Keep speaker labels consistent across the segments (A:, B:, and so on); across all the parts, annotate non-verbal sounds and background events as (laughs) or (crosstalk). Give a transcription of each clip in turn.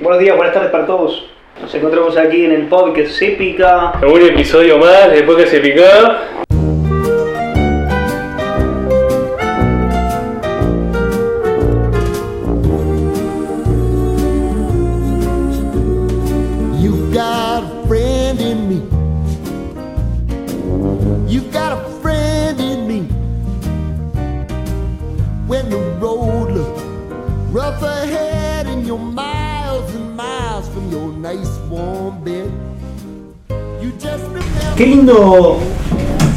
A: Buenos días, buenas tardes para todos. Nos encontramos aquí en el pub que se pica.
B: Un episodio más después que se picaba.
C: You've got a friend in me. You've got a friend in me. When the road looks rough ahead and you're miles and miles from your nice warm bed, you just remember.
A: Qué lindo,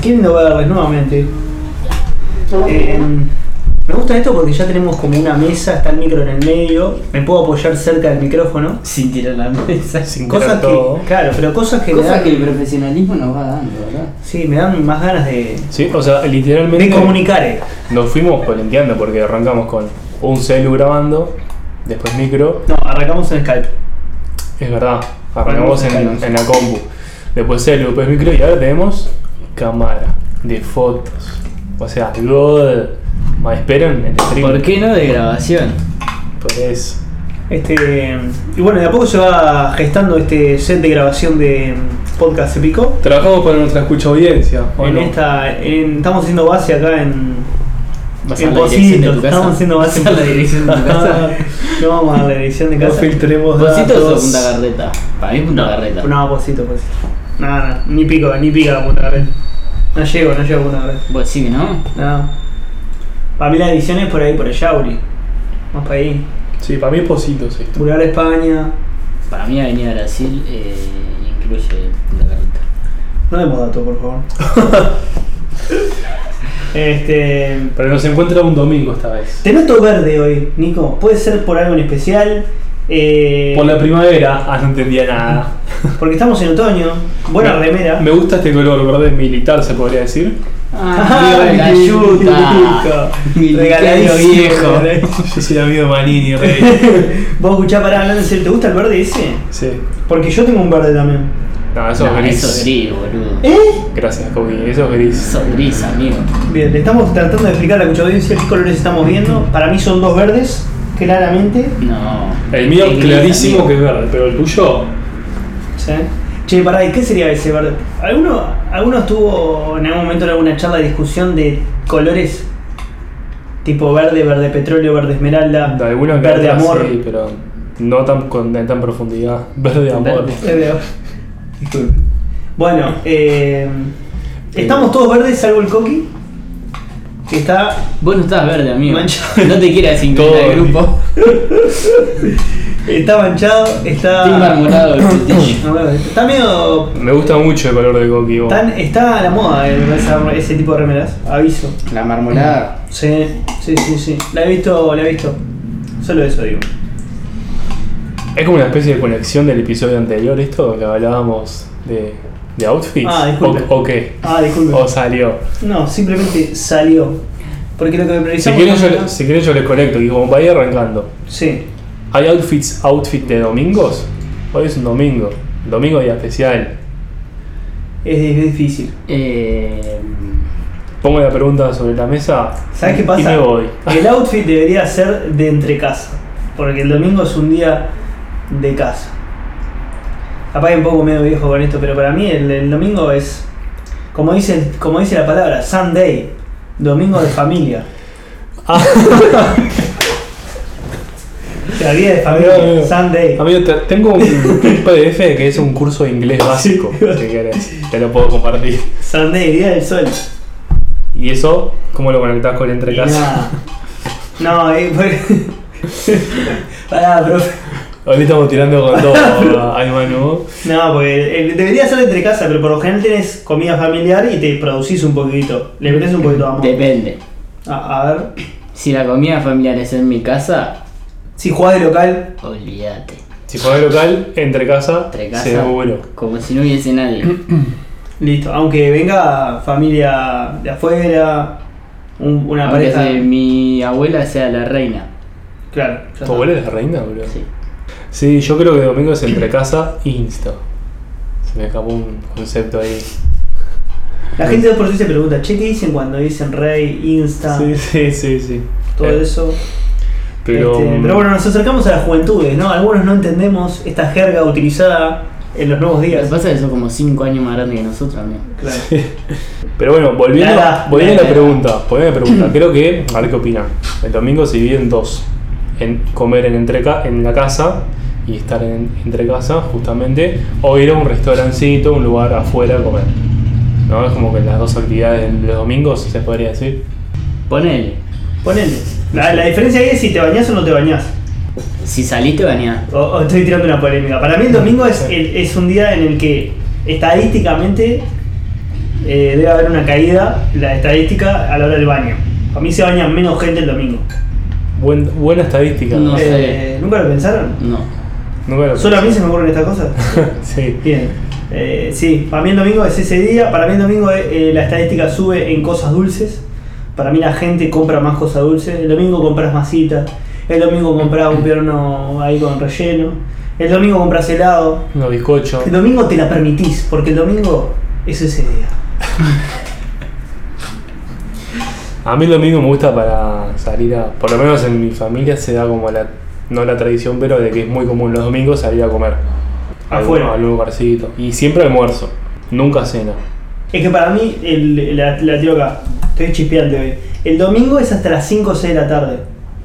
A: qué lindo verles nuevamente. Eh, me gusta esto porque ya tenemos como una mesa, está el micro en el medio, me puedo apoyar cerca del micrófono.
D: Sin tirar la mesa. Sin
A: Cosas que, claro, pero cosas que, me
D: Cosa
A: dan,
D: que el profesionalismo nos va dando, ¿verdad?
A: sí, me dan más ganas de,
B: Sí, o sea,
A: de
B: literalmente
A: comunicar. eh.
B: nos fuimos polenteando porque arrancamos con un celu grabando, después micro,
A: No, arrancamos en Skype.
B: es verdad, arrancamos
A: Arrancamos
B: en,
A: acá,
B: en la compu, después celu, después micro y ahora tenemos cámara de fotos. O sea, God, me esperan en el stream. Pues,
D: ¿Por qué no de grabación?
B: Por eso.
A: Este, y bueno, de a poco se va gestando este set de grabación de mm, podcast Epico.
B: Trabajamos para nuestra escucha audiencia. ¿o
A: En
B: no?
A: esta, en- estamos haciendo base acá en,
D: ¿Vas a
A: en
D: la dirección de
A: Pocitos.
D: tu casa?
A: Estamos haciendo base
D: (laughs) ¿Vas a la
A: (laughs)
D: dirección de tu casa?
A: no vamos a la dirección de
B: No
A: casa.
B: filtremos
D: ¿Pocitos o
B: datos.
D: Punta Carreta? Para mí es Punta Carreta.
A: No, Pocito, Pocito. No, no, ni pico, ni pica la puta carrera. No llego, no llego a puta carrera.
D: Vos sí, ¿no?
A: No. Para mí la edición es por ahí, por el Yauri. Más para ahí.
B: Sí, para mí es Pocitos esto.
A: Pular España.
D: Para mí Avenida Brasil eh, incluye Punta Carreta.
A: No demos datos, por favor.
D: (laughs)
A: este.
B: Pero nos encuentra un domingo esta vez.
A: Te noto verde hoy, Nico. ¿Puede ser por algo en especial? Eh,
B: Por la primavera, ah, no entendía nada.
A: Porque estamos en otoño. Buena
B: Me-
A: remera.
B: Me gusta este color verde militar, se podría decir.
D: ¡Ah,
A: Ay,
D: la yuta!
A: Nico, regaladísimo,
D: viejo!
A: (laughs)
B: Yo soy amigo de Manini, rey.
A: (laughs) Vos escuchá pará hablando en serio, ¿te gusta el verde ese?
B: Sí.
A: Porque yo tengo un verde también.
B: No, eso
D: No,
B: es gris.
D: eso es gris, boludo.
A: ¿Eh?
B: Gracias, Coqui. Eso es gris.
D: Eso es gris, amigo.
A: Bien, le estamos tratando de explicar a la mucha audiencia qué colores estamos viendo. Para mí son dos verdes, claramente.
D: No.
B: El mío
D: Es gris,
B: clarísimo
D: amigo.
B: que es verde, pero el tuyo.
A: ¿sí? Che, pará, ¿y qué sería ese verde? ¿Alguno, ¿Alguno estuvo en algún momento en alguna charla de discusión de colores? Tipo verde, verde petróleo, verde esmeralda,
B: De alguna que
A: verde
B: otra
A: amor.
B: sí, pero no tan con en tan profundidad. (laughs) Verde amor.
D: Verde.
A: Verde- Disculpe. Bueno, eh, estamos todos verdes salvo el coqui. Que está
D: Vos no estás verde, amigo.
A: Mancha.
D: No te quieras incluir
B: Todo
D: al grupo.
A: Está manchado, está.
D: Estoy marmorado el
A: (laughs) No,
D: cutillo.
A: no, Está medio.
B: Me gusta mucho el color de Coqui. vos.
A: tan- está a la moda el- esa- ese tipo de remeras, aviso.
D: La marmolada.
A: Sí, sí, sí, sí. La he visto, la he visto. Solo eso digo.
B: Es como una especie de conexión del episodio anterior, esto que hablábamos de, de outfits.
A: Ah, disculpe.
B: o, o qué?
A: Ah, disculpe.
B: O salió.
A: No, simplemente salió. Porque lo que me
B: Si
A: priorizamos.
B: quieren, yo,
A: era-
B: si quieren yo les conecto, y como para ir arrancando.
A: Sí.
B: ¿Hay outfits, outfit de domingos? Hoy es un domingo. Domingo día especial.
A: Es, es difícil.
D: Eh,
B: Pongo la pregunta sobre la mesa.
A: ¿Sabes qué
B: y-
A: pasa?
B: Y me voy.
A: El outfit debería ser de entre casa. Porque el domingo es un día de casa. Capaz que un poco medio viejo con esto, pero para mí el, el domingo es. Como dice, como dice la palabra, Sunday. Domingo de familia.
B: Ah.
A: (laughs) O sea, día de familia.
B: Amigo, amigo.
A: Sunday.
B: Amigo, te- tengo un PDF que es un curso de inglés básico. Si querés, te lo puedo compartir.
A: Sunday, día del sol.
B: ¿Y eso cómo lo conectás con el entre
A: Y
B: casa?
A: nada. No, eh, porque- (laughs) Pará, profe.
B: Hoy estamos tirando
A: (laughs)
B: con todo al Manu.
A: No, porque eh, debería ser entre casa, pero por lo general tenés comida familiar y te producís un poquito. Le metés un poquito de amor.
D: depende.
A: A, a ver.
D: Si la comida familiar es en mi casa,
A: Si jugás de local,
D: olvídate.
B: Si juegas local, entre casa,
D: Entre casa,
B: seguro.
D: como si no hubiese nadie.
A: listo. Aunque venga familia de afuera, un- una
D: Aunque
A: pareja.
D: si mi abuela sea la reina.
A: Claro, ya está.
B: ¿Tu abuela es la reina, boludo?
D: Sí.
B: Sí, yo creo que domingo es entre casa e Insta. Se me escapó un concepto ahí.
A: La gente de por sí se pregunta, che, ¿qué dicen cuando dicen rey, insta,
B: Sí, sí, sí, sí.
A: Ah. todo
B: Eh,
A: eso?
B: Pero,
A: Este, pero bueno, nos acercamos a las juventudes, ¿no? Algunos no entendemos esta jerga utilizada en los nuevos
D: Lo que
A: días.
D: pasa es que son como 5 años más grandes que nosotros, amigo.
A: Claro.
B: Pero bueno, volviendo,
A: Nada,
B: volviendo a la
A: nada.
B: pregunta, volviendo a
A: (clears throat)
B: la pregunta, creo que, a ver qué opinan. El domingo se divide en dos. En comer en, entreca, en la casa y estar en entre casa, justamente, o ir a un restaurancito, un lugar afuera a comer. ¿No? Es como que las dos actividades de los domingos, se podría decir.
D: Ponele.
A: Ponele. La, la diferencia ahí es si te bañás o no te bañás.
D: Si saliste, bañás.
A: O, o estoy tirando una polémica. Para mí el domingo es, el- es un día en el que estadísticamente eh, debe haber una caída, la estadística, a la hora del baño. A mí se baña menos gente el domingo.
B: Buen- buena estadística.
D: No.
A: Eh, ¿Nunca lo pensaron?
D: No.
B: Nunca lo-
A: ¿Solo a mí se me ocurren estas cosas?
B: (laughs) sí.
A: Bien. Eh, sí, para mí el domingo es ese día. Para mí el domingo eh, la estadística sube en cosas dulces. Para mí la gente compra más cosas dulces. El domingo compras masita. El domingo compras un pierno ahí con relleno. El domingo compras helado.
B: Unos bizcochos.
A: El domingo te la permitís, porque el domingo es ese día.
B: A mí el domingo me gusta para salir a. Por lo menos en mi familia se da como la. No la tradición, pero de que es muy común los domingos salir a comer.
A: Afuera.
B: A algún lugarcito. Y siempre almuerzo. Nunca cena.
A: Es que para mí, el- la, la tiro acá, estoy chispeante hoy. El domingo es hasta las 5 o 6 de la tarde.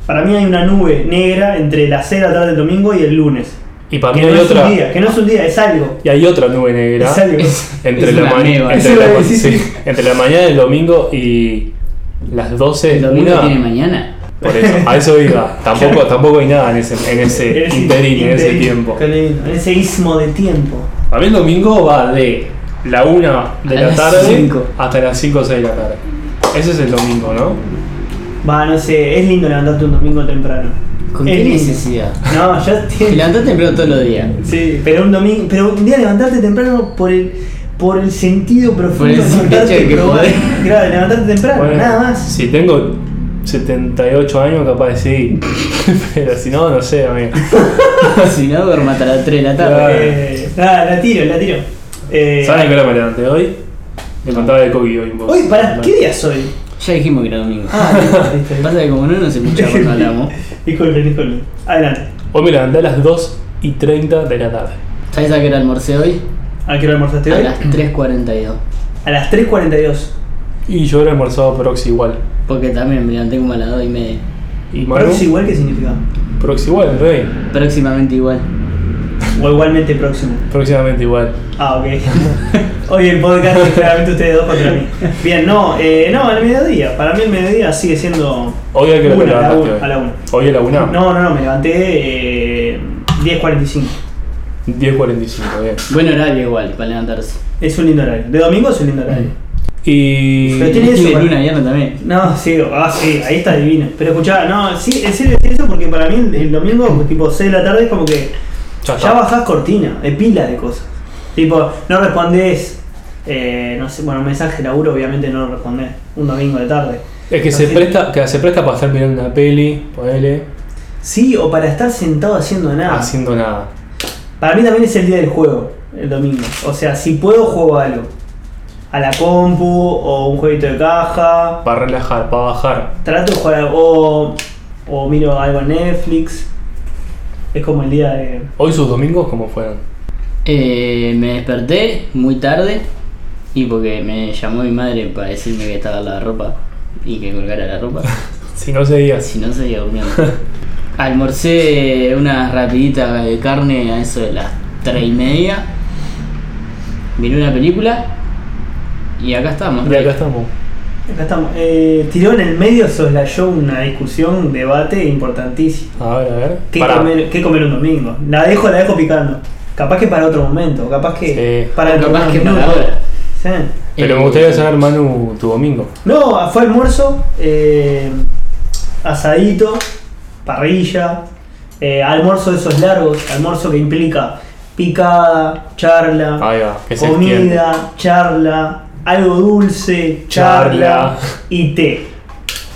A: Para mí hay una nube negra entre las 6 de la tarde del domingo y el lunes.
B: Y para mí
A: Que no
B: hay
A: es
B: otra.
A: un día, que no es un día, es algo.
B: Y hay otra nube negra.
A: Es algo.
B: (laughs) Entre,
D: Es
B: la
D: una
B: ma-
D: neva.
B: entre,
A: Eso iba
B: la,
A: a
B: ma-
A: decir,
B: sí,
A: sí.
B: entre la mañana del domingo y las 12
D: ¿El domingo
B: una.
D: tiene mañana?
B: Por eso, a eso
D: (laughs)
B: iba. Tampoco, tampoco hay nada en ese, en ese
A: Es
B: interín, en Eh, ese
A: interín.
B: tiempo.
A: Qué lindo. En ese istmo de tiempo.
B: A mí el domingo va de la 1 de
D: A
B: la
D: las
B: tarde
D: cinco.
B: hasta las 5 o 6 de la tarde. Ese es el domingo, ¿no?
A: Va, no sé, es lindo levantarte un domingo temprano.
D: ¿Con
A: Es
D: qué
A: lindo.
D: necesidad?
A: No, ya
D: (laughs) Te
A: tiene.
D: levantás temprano todos los días.
A: (laughs) Sí, pero un domingo, pero un día levantarte temprano por el por el sentido profundo
D: Por el
A: de
D: simple
A: levantarte
D: hecho de que
A: probar-
D: podés.
A: Claro, de levantarte temprano,
B: Bueno,
A: nada más.
B: Si tengo 78 años, capaz de sí. (laughs) Pero si no, no sé, amigo.
D: si no, duermo hasta las 3 de la tarde.
A: Eh, nada, la tiro, la tiro. Eh,
B: ¿Saben a qué hora me levanté hoy? Me contaba de Kogi hoy un poco.
A: Hoy, pará, ¿qué día es hoy?
D: Ya dijimos que era domingo.
A: (laughs) Ah, listo, listo.
D: Pasa que como no nos escuchaba cuando hablamos.
A: Disculpen, disculpen. Adelante.
B: Hoy me levanté a las 2 y 30 de la tarde.
D: ¿Sabes a qué hora almorcé hoy?
A: ¿A qué hora almorzaste
D: A
A: hoy?
D: las 3.42.
A: A las 3.42.
B: Y yo era almorzado proxy igual.
D: Porque también me levanté como a las 2 y media.
B: ¿Y Manu?
A: ¿Proxy igual qué
D: (laughs)
A: significa?
B: Proxy igual, rey.
D: Próximamente igual.
A: O igualmente próximo.
B: Próximamente igual.
A: (laughs) Ah, ok. Hoy el podcast es claramente ustedes dos contra mí. Bien, no, eh, no, al mediodía. Para mí el mediodía sigue siendo.
B: Hoy a qué hora te
A: Una, a la
B: levantaste
A: una, a la una.
B: hoy. Hoy a la 1.
A: No, no, no, me levanté eh, 10.45.
B: 10.45, bien.
D: Buen horario igual para levantarse.
A: Es un lindo horario. De domingo es un lindo horario.
B: Y.
A: Pero tiene-
D: Y
A: eso,
D: de
A: bueno.
D: luna a viernes también.
A: No, sí, ah, sí, ahí está divino. Pero escuchá, no, sí, en serio es eso porque para mí el, el domingo, pues, tipo 6 de la tarde, es como que
B: Ya
A: ya
B: está.
A: bajás cortina, de pilas de cosas. Tipo, no respondés, eh, no sé, bueno, un mensaje de laburo obviamente no lo respondés un domingo de tarde.
B: Es que
A: No
B: se
A: sé.
B: presta, que se presta para estar mirando una peli, ponele,
A: Sí, o para estar sentado haciendo nada.
B: haciendo nada.
A: Para mí también es el día del juego, el domingo. O sea, si puedo, juego a algo. A la compu, o un jueguito de caja.
B: Para relajar, para bajar.
A: Trato de jugar a- o, o miro algo en Netflix. Es como el día de.
B: Hoy sus domingos, ¿cómo fueron?
D: Eh, me desperté muy tarde. Y porque me llamó mi madre para decirme que estaba la ropa. Y que colgara la
B: (laughs)
D: ropa.
B: Si no seguías.
D: Si no, seguía durmiendo. Almorcé unas rapiditas de carne a eso de las 3 y media. Miré una película. Y acá estamos.
B: Y acá estamos.
A: Acá estamos. Eh, tiró en el medio, soslayó una discusión, un debate importantísimo.
B: A ver, a ver.
A: ¿Qué
B: Pará.
A: comer, ¿Qué comer un domingo? La dejo, la dejo picando. Capaz que para otro momento, capaz que
B: Sí.
A: para dentro de
D: Capaz
A: unos
D: que para
A: minutos.
D: ahora.
A: Sí.
B: Pero me
A: eh,
B: gustaría saber, Manu, tu domingo.
A: No, fue almuerzo, eh, asadito, parrilla, eh, almuerzo de esos largos, almuerzo que implica picada, charla,
B: Ahí va, que se extiende.
A: comida, charla, algo dulce, charla,
B: Charla.
A: y té.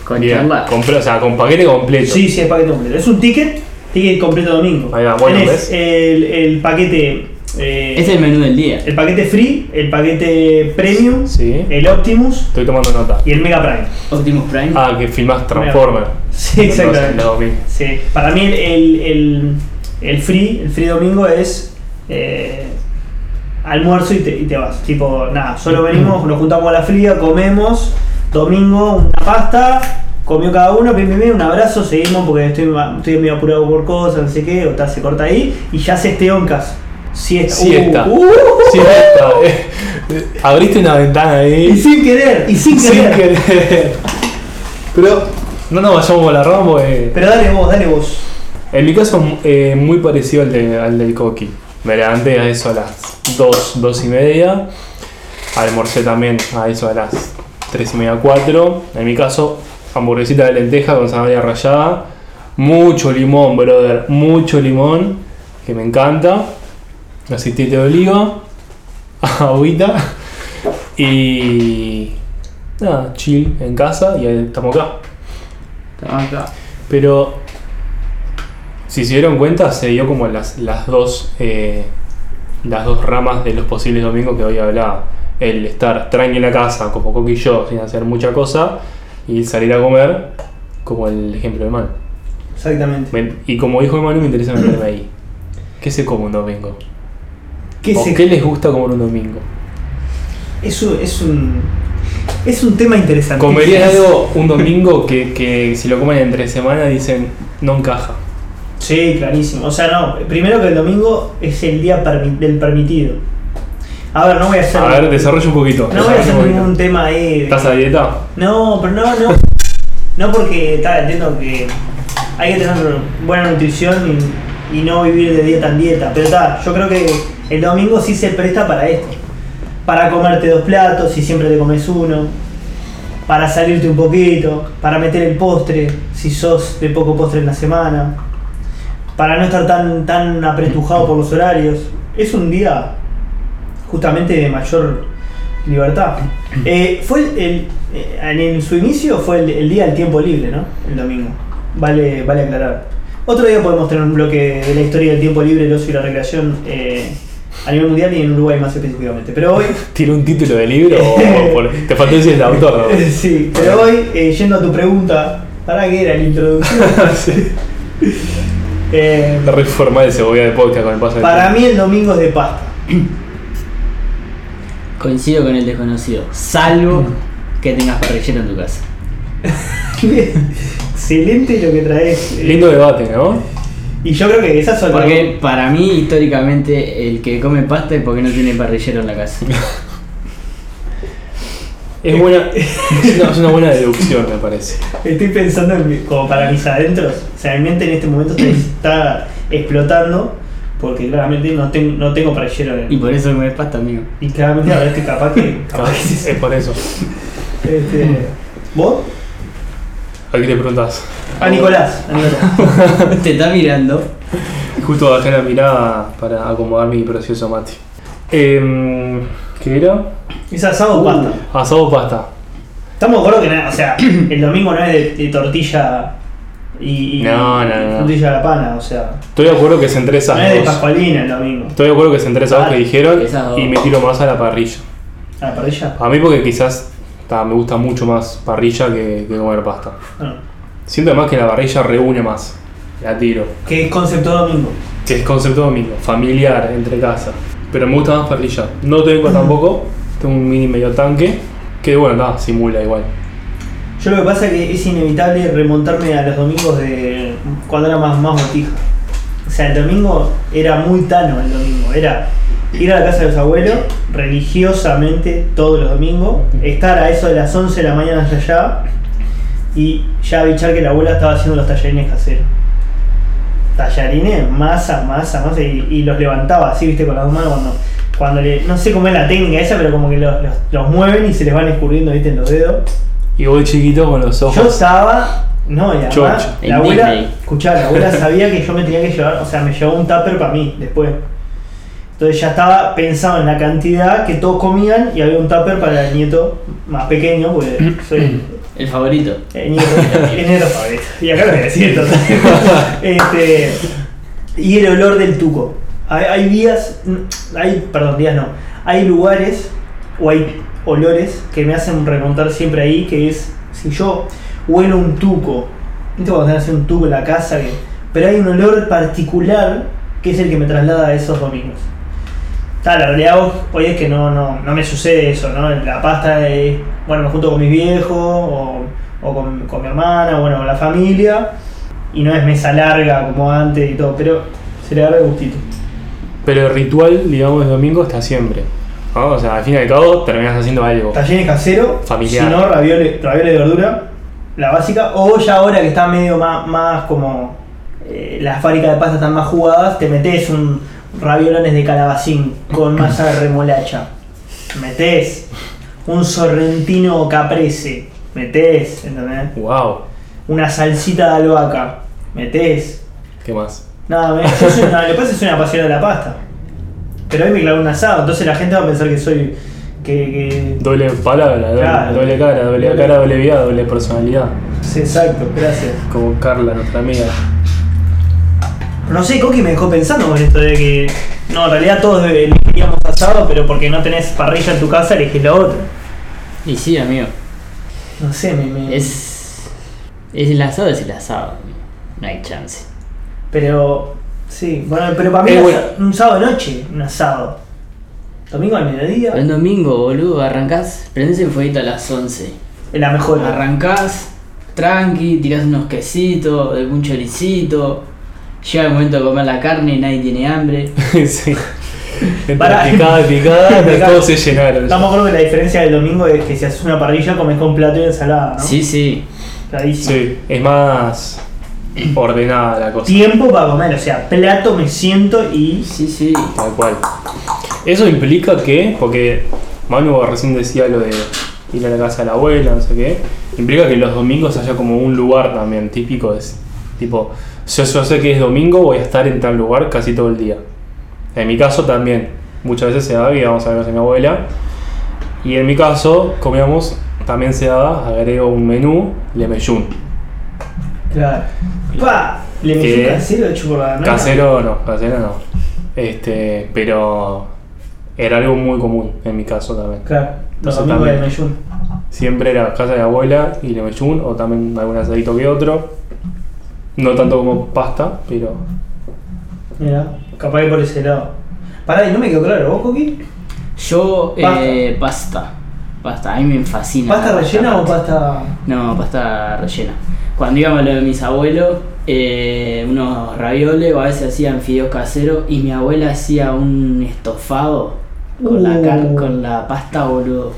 D: Con
B: Bien,
D: charla.
B: compre- o sea, con paquete completo.
A: Sí, sí, es paquete completo. Es un ticket, ticket completo domingo.
B: Ahí va, bueno,
A: Tenés
B: ¿ves?
A: El, el paquete eh,
D: Este es el menú del día.
A: el paquete free, el paquete premium,
B: Sí.
A: el Optimus
B: Estoy tomando nota.
A: y el Mega Prime.
D: Optimus Prime.
B: Ah, que filmás Transformer.
A: Sí, exactamente.
B: No, mi-
A: Sí. Para mí el, el, el- el free, el free domingo es eh, almuerzo y te, y te vas. Tipo, nada, solo venimos, nos juntamos a la fría, comemos, domingo una pasta, comió cada uno, pim, pim, pim, un abrazo, seguimos porque estoy, ma- estoy medio apurado por cosas, no sé qué, o está, se corta ahí y ya se esté en casa. Siesta.
B: Siesta.
A: Uh, uh,
B: Sí, está. eh. (laughs) Abriste una ventana
A: y
B: ahí.
A: sin querer, y sin
B: Sin
A: querer.
B: querer. Pero no nos vayamos por la eh. rama porque-
A: Pero dale vos, dale vos.
B: En mi caso, eh, muy parecido al, de- al del Coqui. Me levanté a eso a las 2, 2 y media. Almorcé también a eso a las 3 y media, 4. En mi caso, hamburguesita de lenteja con zanahoria rallada. Mucho limón, brother. Mucho limón. Que me encanta. Aceitito de oliva. (laughs) Agüita. Y. Nada, chill en casa y ahí estamos acá.
D: Estamos acá.
B: Pero si se dieron cuenta, se dio como las, las dos eh, las dos ramas de los posibles domingos que hoy hablaba. El estar tranqui en la casa, como Coqui y yo, sin hacer mucha cosa, y el salir a comer, como el ejemplo de Manu.
A: Exactamente.
B: Me- Y como dijo Manu, me interesa meterme ahí. ¿Qué se come un domingo?
A: ¿Qué
B: ¿O
A: se-
B: ¿Qué les gusta comer un domingo?
A: Es un, es un, es un tema interesante.
B: ¿Comerías algo un domingo que, que si lo comen entre semana dicen no encaja?
A: Sí, clarísimo. O sea, no, primero que el domingo es el día permi- del permitido. A ver, no voy a hacer.
B: A ver, desarrolla un poquito.
A: no voy a
B: desarrolla (laughs)
A: hacer
B: un poquito.
A: ningún tema ahí. de-
B: ¿Estás a dieta?
A: No, pero no, no. No porque tal, entiendo que hay que tener buena nutrición y, y no vivir de dieta en dieta. Pero tal, yo creo que el domingo sí se presta para esto. Para comerte dos platos, si siempre te comes uno. Para salirte un poquito. Para meter el postre, si sos de poco postre en la semana. Para no estar tan, tan apretujado por los horarios. Es un día justamente de mayor
B: (clears throat)
A: libertad. Eh, fue el, el- eh, en, su inicio fue el, el día del tiempo libre, ¿no? El domingo. Vale, vale aclarar. Otro día podemos tener un bloque de la historia del tiempo libre, el ocio y la recreación eh, a nivel mundial y en Uruguay más específicamente. Pero hoy,
B: ¿Tiene un título de libro o o (laughs) por-
A: (laughs)
B: te faltó decir el autor? ¿no?
A: sí, pero hoy eh, yendo a tu pregunta, ¿para qué era la
B: (laughs)
A: introducción? (laughs)
B: sí.
A: Eh,
B: Está re formal ese voy de podcast con el paso del
A: para
B: tiempo.
A: mí el domingo es de pasta.
B: (laughs)
D: Coincido con el desconocido. Salvo que tengas parrillero en tu casa.
A: Excelente lo que traes. eh.
B: Lindo debate, ¿no?
A: Y yo creo que esas son las-
D: Porque para mí, históricamente, el que come pasta es porque no tiene parrillero en la casa.
B: Es,
A: (laughs)
B: buena, es, una, es una buena deducción, me parece.
A: Estoy pensando en mi- como para mis adentros. O sea, mi mente en este momento
B: (clears throat)
A: está, está explotando porque claramente no, ten- no tengo parrillero.
D: Y
A: En,
D: por eso comes pasta, amigo. (laughs)
A: y claramente ahora estoy capaz
B: (laughs)
A: que. capaz que sí.
B: Es por eso.
A: Este, ¿Vos?
B: Aquí te preguntas.
A: A Nicolás. A Nicolás.
D: Te está mirando.
B: Justo bajé la mirada para acomodar mi precioso mate. Em, ¿Qué era?
A: Es asado
B: Uh.
A: o pasta.
B: Asado o pasta.
A: Estamos de acuerdo que nada, o sea, el domingo no es de, de tortilla y, y-
B: No, no, no.
A: tortilla a la pana, o sea.
B: Estoy de acuerdo que se entre esas
A: no es de
B: dos.
A: pascualina el domingo.
B: Estoy de acuerdo que se entre esas dos que
A: Vale,
B: dijeron
D: esas dos.
B: y me tiro más a la parrilla.
A: ¿A la parrilla?
B: A mí porque quizás ta, me gusta mucho más parrilla que, que comer pasta.
A: No.
B: Siento además que la parrilla reúne más. La tiro.
A: ¿Qué es concepto domingo?
B: Que es concepto domingo, familiar, entre casa. Pero me gusta más parrilla. No tengo tampoco. Tengo un mini medio tanque. Que bueno, nada, simula igual.
A: Yo lo que pasa es que es inevitable remontarme a los domingos de cuando era más, más botija. O sea, el domingo era muy tano el domingo. Era ir a la casa de los abuelos religiosamente todos los domingos, estar a eso de las 11 de la mañana hasta allá y ya avichar que la abuela estaba haciendo los tallarines caseros. Tallarines, masa, masa, masa, y, y los levantaba así, viste, con las dos manos cuando, cuando le. No sé cómo es la técnica esa, pero como que los, los, los mueven y se les van escurriendo, viste, en los dedos.
B: Y voy chiquito con los
A: Yo
B: ojos.
A: estaba. No, y además,
B: Chocho.
A: la abuela.
D: Disney.
A: Escuchá, la abuela sabía que yo me tenía que llevar. O sea, me llevó un tupper para mí después. Entonces ya estaba pensado en la cantidad que todos comían y había un tupper para el nieto más pequeño, porque
B: (clears throat)
A: soy
D: El favorito.
A: el nieto, el nieto (laughs) favorito. Y acá lo voy a decir, total. Este, y el olor del tuco. Hay, hay días, mm, hay, perdón, días no. Hay lugares o hay olores que me hacen remontar siempre ahí, que es, si yo huelo un tuco, ¿viste cuando tenés un tuco en la casa? que- pero hay un olor particular que es el que me traslada a esos domingos. Está, la realidad hoy- hoy es que no, no, no me sucede eso, ¿no? La pasta de, bueno, me junto con mis viejos o, o con, con mi hermana, bueno, con la familia, y no es mesa larga como antes y todo, pero se le agarra el gustito.
B: Pero el ritual, digamos, de domingo está siempre. ¿no? O sea, al fin y al cabo terminas haciendo algo.
A: Talleres casero,
B: Familiar.
A: si no, ravioles, ravioles de verdura, la básica, o ya ahora que está medio más, más como eh, las fábricas de pasta están más jugadas, te metes un raviolones de calabacín con masa de remolacha, metes un sorrentino caprese, metes, ¿entendés?
B: Wow.
A: Una salsita de albahaca, metes.
B: ¿Qué más?
A: Nada, me- yo soy una- lo que pasa es que soy una apasionada de la pasta. Pero hoy me clavé un asado, entonces la gente va a pensar que soy. que- que
B: Doble palabra, doble,
A: Claro.
B: doble cara, doble,
A: Doble-
B: cara, doble vida, doble personalidad.
A: Sí, exacto, gracias.
B: Como Carla, nuestra amiga. (laughs)
A: No sé, Coqui me dejó pensando con esto de que. No, en realidad todos elegiríamos asado, pero porque no tenés parrilla en tu casa, elegís la otra.
D: Y sí, amigo.
A: No sé, me. me-
D: Es. Es el asado, es el asado. amigo. No hay chance.
A: Pero. Sí, bueno, pero para mí
B: Eh,
A: es
B: bueno.
A: un sábado de noche, un asado. Domingo al mediodía,
D: El domingo, boludo, arrancás, prendés el fueguito a las 11.
A: es la mejor.
D: Arrancás, tranqui, tirás unos quesitos, algún choricito. Llega el momento de comer la carne, nadie tiene hambre.
B: sí. Entre
A: Pará.
B: picada y
A: (laughs)
B: picada,
A: Picada.
B: todos se llenaron.
A: Estamos de acuerdo que la diferencia del domingo es que si haces una parrilla comes con plato y ensalada, ¿no?
D: Sí, sí.
A: Clarísimo.
B: Sí, es más ordenada la cosa.
A: Tiempo para comer, o sea, plato, me siento y.
D: Sí, sí.
B: Tal cual. Eso implica que, porque Manu recién decía lo de ir a la casa de la abuela, no sé qué, implica que los domingos haya como un lugar también típico. Es tipo, yo, yo sé que es domingo, voy a estar en tal lugar casi todo el día. En mi caso también, muchas veces se daba que íbamos a la casa de mi abuela. Y en mi caso, comíamos, también se daba, agrego un menú, le meyun.
A: Claro. Pa, le metí
B: Que-
A: un casero de chupo la banana.
B: Casero no, casero no. Este, pero era algo muy común en mi caso también.
A: Claro. Los
B: Eso
A: domingos de
B: también.
A: Mayún.
B: Siempre era casa de la abuela y le mechún, o también algún asadito que otro. No tanto como pasta, pero.
A: Mira, capaz que por ese lado. Pará, y no me quedó claro, ¿vos, Coqui?
D: Yo, eh, pasta. Pasta, a mí me fascina.
A: ¿Pasta
D: la
A: rellena o pasta.?
D: No, pasta rellena. Cuando íbamos a lo de mis abuelos, eh, unos ravioles o a veces hacían fideos caseros y mi abuela hacía un estofado con, la, car-
A: Uh.
D: con la pasta, boludo.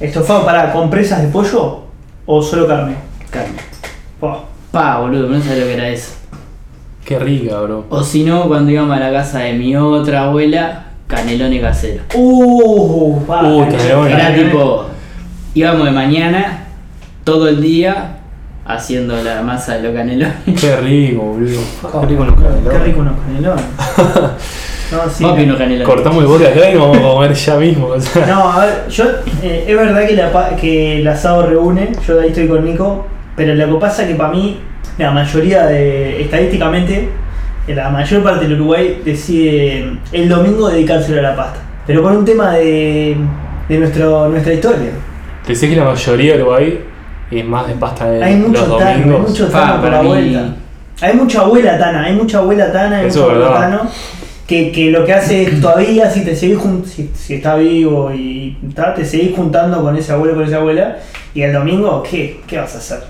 A: ¿Estofado para con presas de pollo o solo carne?
D: Carne.
A: Buah.
D: Pa, boludo, no sabía lo que era eso.
B: Qué rica, bro.
D: O si no, cuando íbamos a la casa de mi otra abuela, canelones caseros.
A: Uh, pa,
B: Uh,
A: carne.
B: canelones.
D: Era tipo, íbamos de mañana, todo el día, haciendo la masa de los canelones.
B: Qué rico, boludo.
A: Pa,
B: Qué rico los canelones.
A: Qué rico unos canelones. No, sí.
D: Más que unos canelones.
B: Cortamos el borde acá y nos vamos a comer ya mismo. o sea.
A: No, a ver, yo. eh, es verdad que, la, pa- que el asado reúne, yo de ahí estoy con Nico, pero lo que pasa es que para mí, la mayoría de. estadísticamente, la mayor parte del Uruguay decide el domingo dedicárselo a la pasta. Pero por un tema de. de nuestro, nuestra historia.
B: Decís que la mayoría de Uruguay es más de pasta de
A: Hay
B: Eh, los
A: mucho tano, hay
B: domingos.
A: mucho
D: Pa,
A: tano por la
D: para mí-
A: vuelta. Hay mucha abuela tana, hay mucha abuela tana, hay
B: Eso
A: mucho
B: es
A: abuelo
B: verdad.
A: tano. Que, que lo que hace es todavía, si te seguís jun- si, si está vivo y está, te seguís juntando con ese abuelo, con esa abuela, y el domingo, ¿qué? ¿Qué vas a hacer?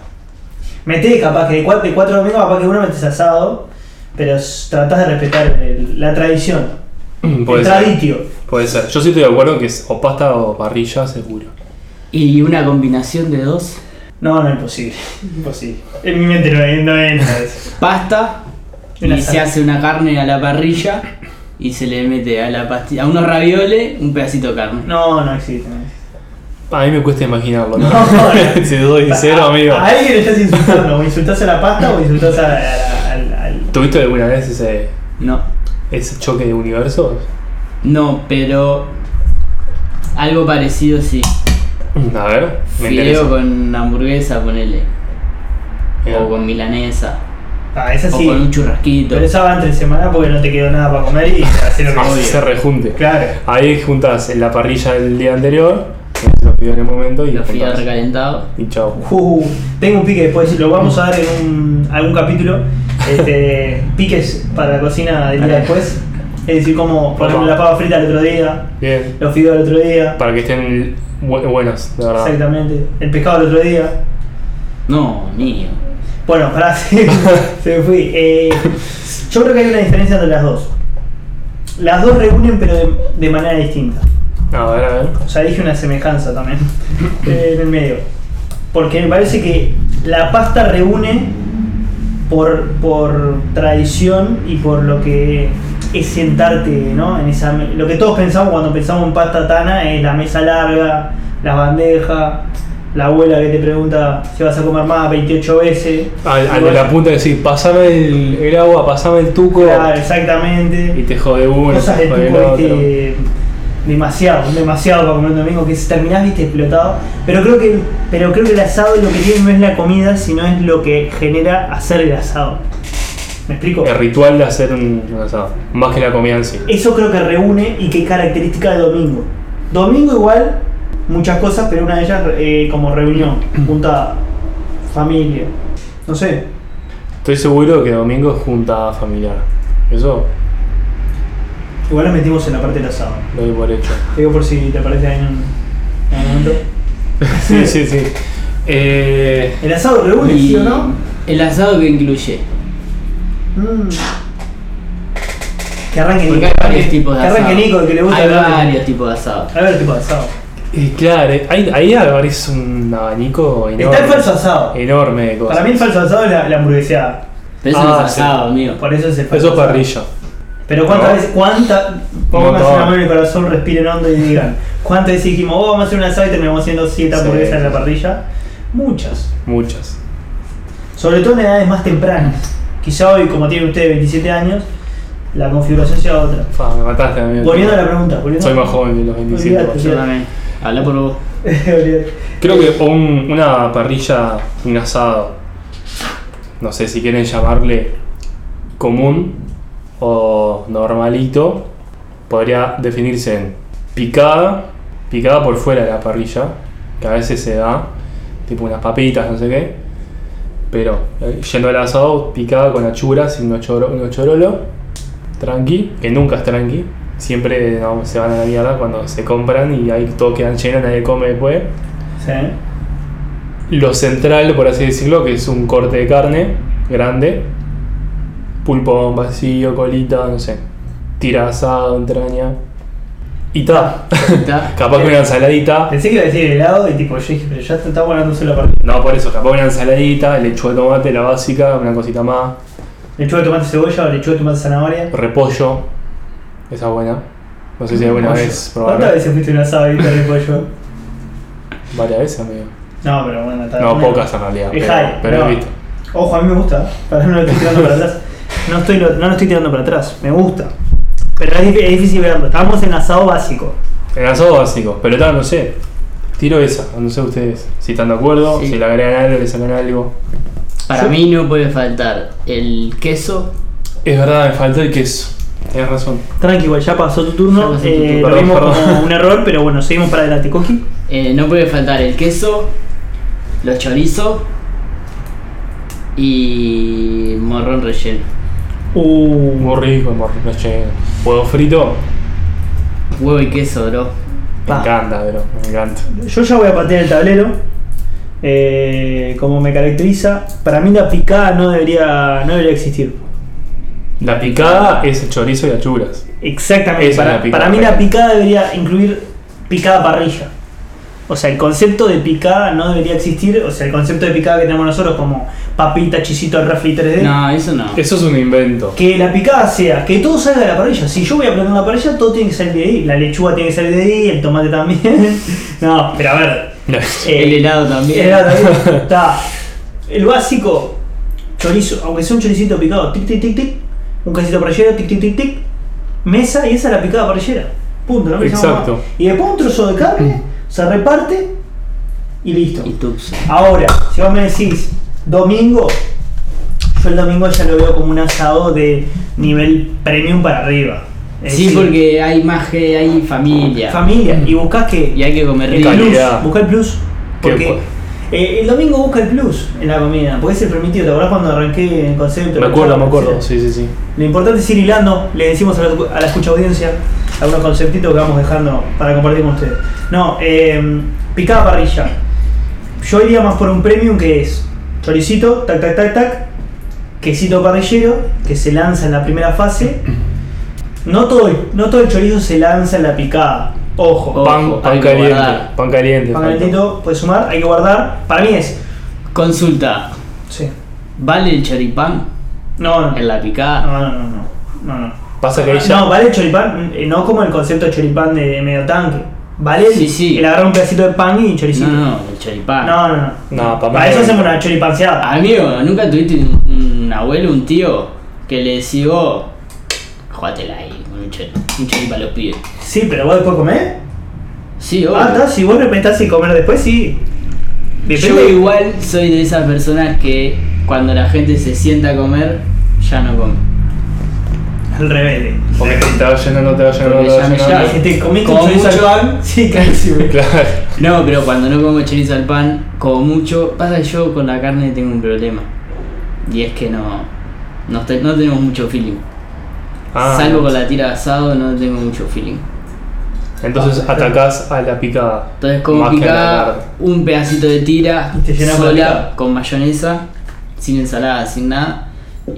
A: Metés capaz que de cuatro, de cuatro domingos, capaz que uno metes asado, pero s- tratás de respetar el- la tradición,
B: Puede
A: el
B: ser.
A: traditio.
B: Puede ser. Yo sí estoy de acuerdo que es o pasta o parrilla, seguro.
D: Y una combinación de dos.
A: No, no, imposible. (laughs) Imposible. En mi mente no hay- no entra eso.
D: pasta
A: Una
D: y se
A: salsa.
D: hace una carne a la parrilla y se le mete a la pastilla, a unos ravioles un pedacito de carne.
A: No, no existe. No existe.
B: A mí me cuesta imaginarlo,
A: (laughs)
B: ¿no?
A: No,
B: (laughs)
A: no.
B: si soy sincero, amigo.
A: A alguien le estás insultando, o insultás a la pasta o insultás a- a- al. al-
B: ¿Tuviste alguna vez ese,
D: No,
B: ese choque de universos?
D: no, pero algo parecido sí.
B: A ver, me
D: Fideo
B: interesa.
D: con hamburguesa, ponele.
B: Mira.
D: O con milanesa.
A: Ah, esa
D: O
A: sí.
D: con un churrasquito.
A: Pero esa va entre semana porque no te quedó nada para comer y te hacer lo
B: Ah,
A: que
B: se
A: quieras.
B: rejunte.
A: Claro.
B: Ahí juntas la parrilla del día anterior, los pidió en el momento y
D: Los fideos
B: juntás.
D: recalentados.
B: Y chao.
A: Uh, tengo un pique después, lo vamos a dar en un- algún capítulo. Este, piques para la cocina del día después. Es decir, como por ejemplo la pava frita el otro día,
B: Bien.
A: los fideos el otro día,
B: Para que estén bu- buenas, de verdad.
A: exactamente, el pescado el otro día.
D: No, mío.
A: Bueno, pará, (laughs) se, se me fui. Eh, yo creo que hay una diferencia entre las dos. Las dos reúnen pero de, de manera distinta.
B: A ver, a ver.
A: Ya dije una semejanza también (laughs) eh, en el medio. Porque me parece que la pasta reúne por, por tradición y por lo que es sentarte, ¿no? En esa, me- lo que todos pensamos cuando pensamos en pasta tana es la mesa larga, las bandejas, la abuela que te pregunta si vas a comer más 28 veces.
B: Al, al
A: Y
B: de la
A: bueno,
B: punta decir, pasame el, el agua, pasame el tuco.
A: claro,
B: Y
A: exactamente.
B: te jode uno,
A: Cosas
B: te
A: de
B: jode el
A: tipo,
B: otro.
A: viste, demasiado, demasiado para comer un domingo, que si terminás, viste, explotado. Pero creo que, pero creo que el asado lo que tiene no es la comida, sino es lo que genera hacer el asado. ¿Me explico?
B: El ritual de hacer un, un asado. Más que la comida en sí.
A: Eso creo que reúne y qué característica de domingo. Domingo igual, muchas cosas, pero una de ellas eh, como
B: (clears throat)
A: reunión, juntada, familia. No sé,
B: Estoy seguro que domingo es juntada familiar. Eso
A: igual nos metimos en la parte del asado.
B: lo doy
A: (laughs)
B: por hecho.
A: Te digo por si te parece ahí en un- en un momento.
B: sí, sí, sí. Eh,
A: El asado reúne,
D: Y
A: ¿sí o no?
D: el asado que incluye.
A: Mm. Que arranque Nico.
D: Porque hay varios tipos de
A: que
D: asado.
A: arranque Nico, que le gusta
D: Hay
A: hablar de-
D: varios tipos de asado.
A: A ver, tipo de asado.
B: y claro, eh, ahí, ahí abrís un abanico enorme.
A: Está el falso asado.
D: Eh,
B: Enorme de cosas.
A: Para mí el falso asado es la, la hamburgueseada.
D: Pero eso
B: Ah,
D: no es
B: sí.
D: asado, amigo.
A: Por eso es el falso
B: Eso es
A: asado.
B: parrilla.
A: Pero cuántas
B: No.
A: veces, cuántas, pongan
B: montón.
A: una mano en el corazón, respiren hondo y digan, ¿cuántas veces dijimos, oh, vamos a hacer un asado y terminamos haciendo siete
B: Sí,
A: hamburguesas en
B: sí,
A: la
B: sí.
A: parrilla? Muchas.
B: Muchas.
A: Sobre todo en edades más tempranas. Quizá hoy, como tienen ustedes 27 años, la configuración sea otra.
B: Fa, me mataste amigo.
A: Volviendo a la pregunta, volviendo (laughs)
B: Soy más joven que los 27.
A: Olvídate.
D: Yo también. Habla
A: (laughs)
D: por vos.
A: Olvídate.
B: Creo que un- una parrilla, un asado, no sé si quieren llamarle común o normalito, podría definirse en picada, picada por fuera de la parrilla, que a veces se da, tipo unas papitas, no sé qué, pero eh, yendo al asado, picada con achuras y unos, choro- unos chorolo, tranqui, que nunca es tranqui, siempre no, se van a la mierda cuando se compran y ahí todos quedan llenos, nadie come después
A: Sí.
B: lo central, por así decirlo, que es un corte de carne grande, pulpo vacío, colita, no sé, tira asado, entraña. Y ta, (laughs)
D: Está.
B: capaz que una ensaladita.
A: Pensé que iba a decir helado y tipo, yo dije, pero ya te está guardándose la partida.
B: No, por eso, capaz que una ensaladita, lechuga de tomate, la básica, una cosita más,
A: Lechuga de tomate cebolla o lechuga de tomate zanahoria.
B: repollo, esa es buena. No sé si alguna vez
A: ¿Cuántas
B: probaron.
A: veces fuiste a una asadita de pollo?
B: Varias veces, amigo.
A: No, pero bueno, está
B: No,
A: Ah, bueno.
B: pocas en realidad.
A: Es
B: pero-
A: high,
B: Pero
A: no.
B: he visto.
A: Ojo, a mí me gusta. Para no lo estoy tirando para atrás. No, estoy, lo- no lo estoy tirando para atrás, me gusta. Pero es, dif- es difícil verlo. Estábamos en asado básico.
B: El asado básico, pero tal, no sé. Tiro esa, no sé ustedes si están de acuerdo,
D: Sí.
B: si le agregan algo, le sacan algo.
D: Para
A: Yo-
D: mí no puede faltar el queso.
B: Es verdad, me faltó el queso. Tienes razón.
A: Tranqui, igual, ya pasó tu
D: Ya
A: turno.
D: pasó tu
A: eh,
D: turno.
A: lo
B: Perdón,
A: vimos
B: perdón.
A: como un error, pero bueno, seguimos para adelante. Coqui.
D: eh, no puede faltar el queso. Los chorizos. Y morrón relleno.
A: Uh,
B: Muy rico, amor. No llega. Huevo frito,
D: Huevo y queso, bro.
B: me
A: Pa.
B: encanta, bro. Me encanta.
A: yo ya voy a patear el tablero. Eh, como me caracteriza, para mí la picada no debería, no debería existir.
B: La picada es el chorizo y achuras.
A: Exactamente.
B: Esa es
A: Eh, Para,
B: la picada
A: para mí la
B: perfecta.
A: picada debería incluir picada parrilla. O sea, el concepto de picada no debería existir. O sea, el concepto de picada que tenemos nosotros como papita, chisito, refri 3D.
D: No, eso no.
B: Eso es un invento.
A: Que la picada sea, que todo salga de la parrilla. Si yo voy a plantar una parrilla, todo tiene que salir de ahí. La lechuga tiene que salir de ahí, el tomate también. (laughs) no, pero a ver. eh,
D: El helado también.
A: el helado también.
D: (laughs)
A: Está. El básico, chorizo, aunque sea un choricito picado, tic tic tic tic, un quesito parrillero, tic tic tic tic, mesa y esa es la picada parrillera. Punto, no pensamos
B: Exacto.
A: más. Y después un trozo de carne, se reparte y listo.
D: Y tups.
A: Ahora, si vos me decís, domingo, yo yo el domingo ya lo veo como un asado de nivel premium para arriba. Es
D: Sí,
A: decir,
D: porque hay más que hay familia.
A: Este, Familia, y buscas que.
D: y hay que comer
A: el
D: rico.
B: calidad.
A: plus, busca el plus.
B: Qué
A: Porque
B: bueno.
A: eh, el domingo busca el plus en la comida, porque es el permitido. ¿Te acordás cuando arranqué el concepto?
B: (laughs) Me acuerdo, me
A: Sí.
B: acuerdo, sí, sí, sí.
A: Lo importante es ir hilando, le decimos a la, a la escucha audiencia algunos conceptitos que vamos dejando para compartir con ustedes. No, eh, picada parrilla. Yo iría más por un premium que es choricito, tac, tac, tac, tac, quesito parrillero, que se lanza en la primera
B: (clears throat)
A: fase. No todo, el- no todo el chorizo se lanza en la picada. Ojo.
D: Ojo,
B: Pan, pan
D: hay que
B: caliente,
D: guardar.
B: pan caliente.
A: Pan
B: falta.
A: calentito, puedes sumar, hay que guardar. Para mí es.
D: Consulta,
A: Sí.
D: ¿vale el choripán
A: No, no.
D: en la picada?
A: No, no, no, no. No, no.
B: Pasa que ahí ya.
A: No, vale el choripán, eh, no como el concepto de choripán de medio tanque. Vale el,
D: Sí, sí.
A: el agarrar un pedacito de pan y choricito.
D: No, no, Ah. el choripán.
A: no, no. no.
B: No, para mí
A: Para eso
B: no.
A: hacemos una choripanseada.
D: Amigo, ¿nunca tuviste un, un abuelo, un tío que le decía, vos, jugátela ahí con un, chor un choripán a los pibes?
A: Sí, pero vos después comés.
D: Sí, obvio.
A: Ah, está, si vos repentás y comer después, sí.
D: Yo igual soy de esas personas que cuando la gente se sienta a comer, ya no come.
A: El rebelde.
B: Porque te va llenando, te va llenando,
D: Porque
B: te va
D: ya me
B: llenando.
D: llama.
A: Si te comiste
D: Como
A: un chorizo
D: mucho-
A: al pan, (laughs) sí, casi. güey.
B: (laughs) Claro.
D: No, pero cuando no como chorizo al pan, como mucho, pasa que yo con la carne tengo un problema. Y es que no, no, te- no tenemos mucho feeling.
B: Ah,
D: Salvo con la tira de asado, no tengo mucho feeling.
B: Entonces atacás a la picada.
D: Entonces como
B: Más que a la
D: picada
B: carne.
D: un pedacito de tira
A: Y te llenas con la
D: sola
A: picada.
D: con mayonesa, sin ensalada, sin nada.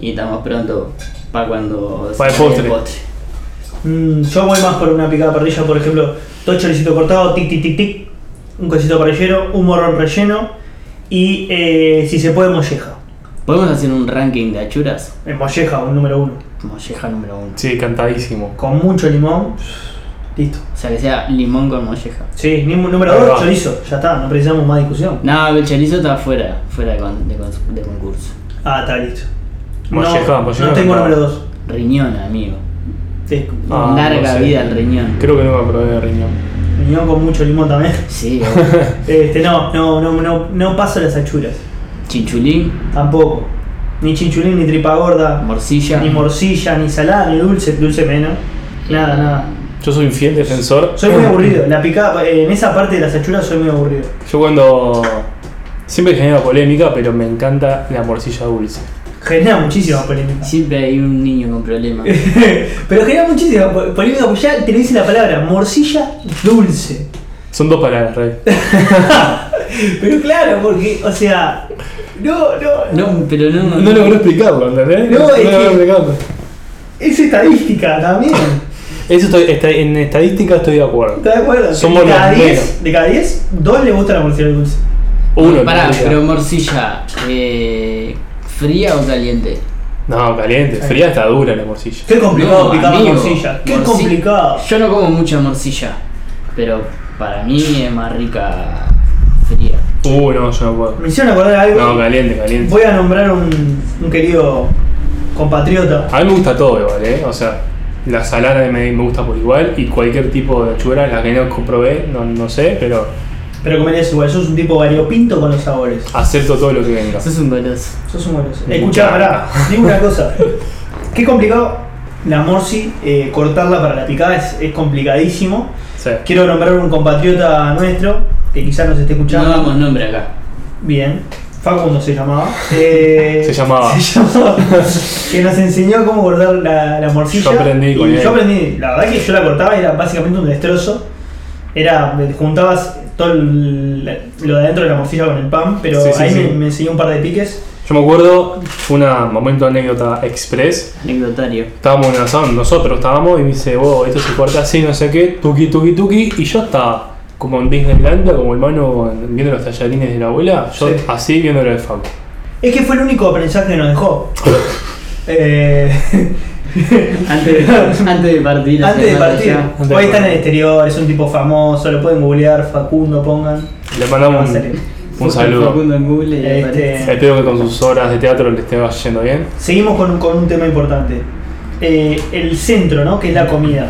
D: Y estamos pronto para cuando
B: Pa' el
D: termine
B: postre.
A: Mm, yo voy más por una picada parrilla, por ejemplo, dos choricito cortado, tic, tic, tic, tic, un cosito parrillero, un morrón relleno y eh, si se puede, molleja.
D: ¿Podemos hacer un ranking de achuras?
A: En molleja, un número uno.
D: Molleja número uno.
B: Sí, cantadísimo.
A: Con mucho limón, listo.
D: O sea, que sea limón con molleja.
A: Sí, ni- número
B: Ahí va.
A: 2, chorizo. Ya está, no precisamos más discusión.
D: No, el chorizo está fuera, fuera de, con- de cons- de concurso.
A: Ah, está listo. No,
B: Molleja, molleja
A: no tengo
B: no.
A: número 2.
D: Riñón, amigo.
B: Ah,
D: Larga
B: no sé.
D: vida el riñón.
B: Creo que nunca probé de riñón.
A: Riñón con mucho limón también. (laughs)
D: Sí, obvio.
A: Este, no, no, no, no, no paso las achuras.
D: chinchulín,
A: Tampoco. Ni chinchulín, ni tripa gorda,
D: morcilla.
A: ni morcilla, ni salada, ni dulce, dulce menos. Nada, nada.
B: Yo soy un fiel defensor.
A: Soy muy aburrido. La picada, eh, en esa parte de las achuras soy muy aburrido.
B: Yo cuando. Siempre genera polémica, pero me encanta la morcilla dulce.
A: Genera muchísima polémica. (laughs)
D: Siempre hay un niño con problemas.
A: Pero genera muchísima po- polémica porque ya te lo dice la palabra, morcilla dulce.
B: Son dos palabras, Rey.
A: Pero claro, porque, o sea, no, (laughs) no,
D: No, pero no.
B: (laughs) No logro explicarlo, ¿entendés?
A: No, es que-
B: logro explicarlo.
A: es estadística también.
B: Eso estoy, está- en estadística estoy de acuerdo.
A: ¿Estás de acuerdo?
B: Somos
A: de cada
B: los
A: 10,
B: menos.
A: de cada 10, 2 le gusta la morcilla dulce.
B: Uno.
D: Pará,
B: en realidad.
D: pero morcilla, eh, ¿fría o caliente?
B: No, caliente. Fría está dura la morcilla.
A: Qué complicado
D: No,
A: picar la
D: amigo,
A: morcilla. Qué
D: morci-
A: complicado.
D: Yo no como mucha morcilla, pero para mí es más rica fría.
B: Uh, no, yo no puedo.
A: Me hicieron acordar algo.
B: No, caliente, caliente.
A: Voy a nombrar un, un querido compatriota.
B: A mí me gusta todo igual, ¿eh? O sea, la salada me, me gusta por igual y cualquier tipo de achura, la que no comprobé, no, no sé, pero
A: Pero comerías igual, sos un tipo variopinto con los sabores.
B: acepto todo lo que venga.
D: Eso es un goloso.
A: Sos un goloso.
B: Me
A: Escuchá,
B: encanta.
A: pará, dime una cosa. Qué complicado la morci, eh, cortarla para la picada es, es complicadísimo.
B: Sí.
A: Quiero nombrar un compatriota nuestro, que quizás nos esté
D: No
A: escuchando.
D: damos nombre acá.
A: Bien. Facundo se llamaba.
B: (laughs)
A: Eh,
B: Se llamaba.
A: se
B: (laughs)
A: llamaba. que nos enseñó cómo cortar la, la morcilla.
B: Yo aprendí con
A: Y
B: él.
A: Yo aprendí. La verdad que yo la cortaba y era básicamente un destrozo. Era, eh, juntabas todo el- lo de adentro de la morcilla con el pan, pero
B: Sí, sí,
A: ahí
B: sí.
A: Me, me enseñó un par de piques.
B: Yo me acuerdo, fue un momento anécdota express.
D: Anecdotario.
B: Estábamos en el asado, nosotros estábamos y me dice, wow, esto se corta así, no sé qué, tuki, tuki, tuki. Y yo estaba como en Disneylandia, como hermano viendo los tallarines de la abuela, yo
A: Sí.
B: así viéndolo de Facu.
A: Es que fue el único aprendizaje que nos
B: (laughs)
A: dejó. Eh, (laughs)
D: Antes de, antes de partir. la
A: antes de
D: semana
A: partir,
D: ya.
B: Antes de
A: hoy está en el
B: partir.
A: exterior, es un tipo famoso, lo pueden googlear, Facundo, pongan.
B: Le
A: Va a
B: mandamos
A: salir.
B: un, un saludo.
D: Facundo en Google y
A: Este,
D: aparece.
B: Espero que con sus horas de teatro le esté yendo bien.
A: Seguimos con, con un tema importante. Eh, el centro, ¿no? Que es la comida.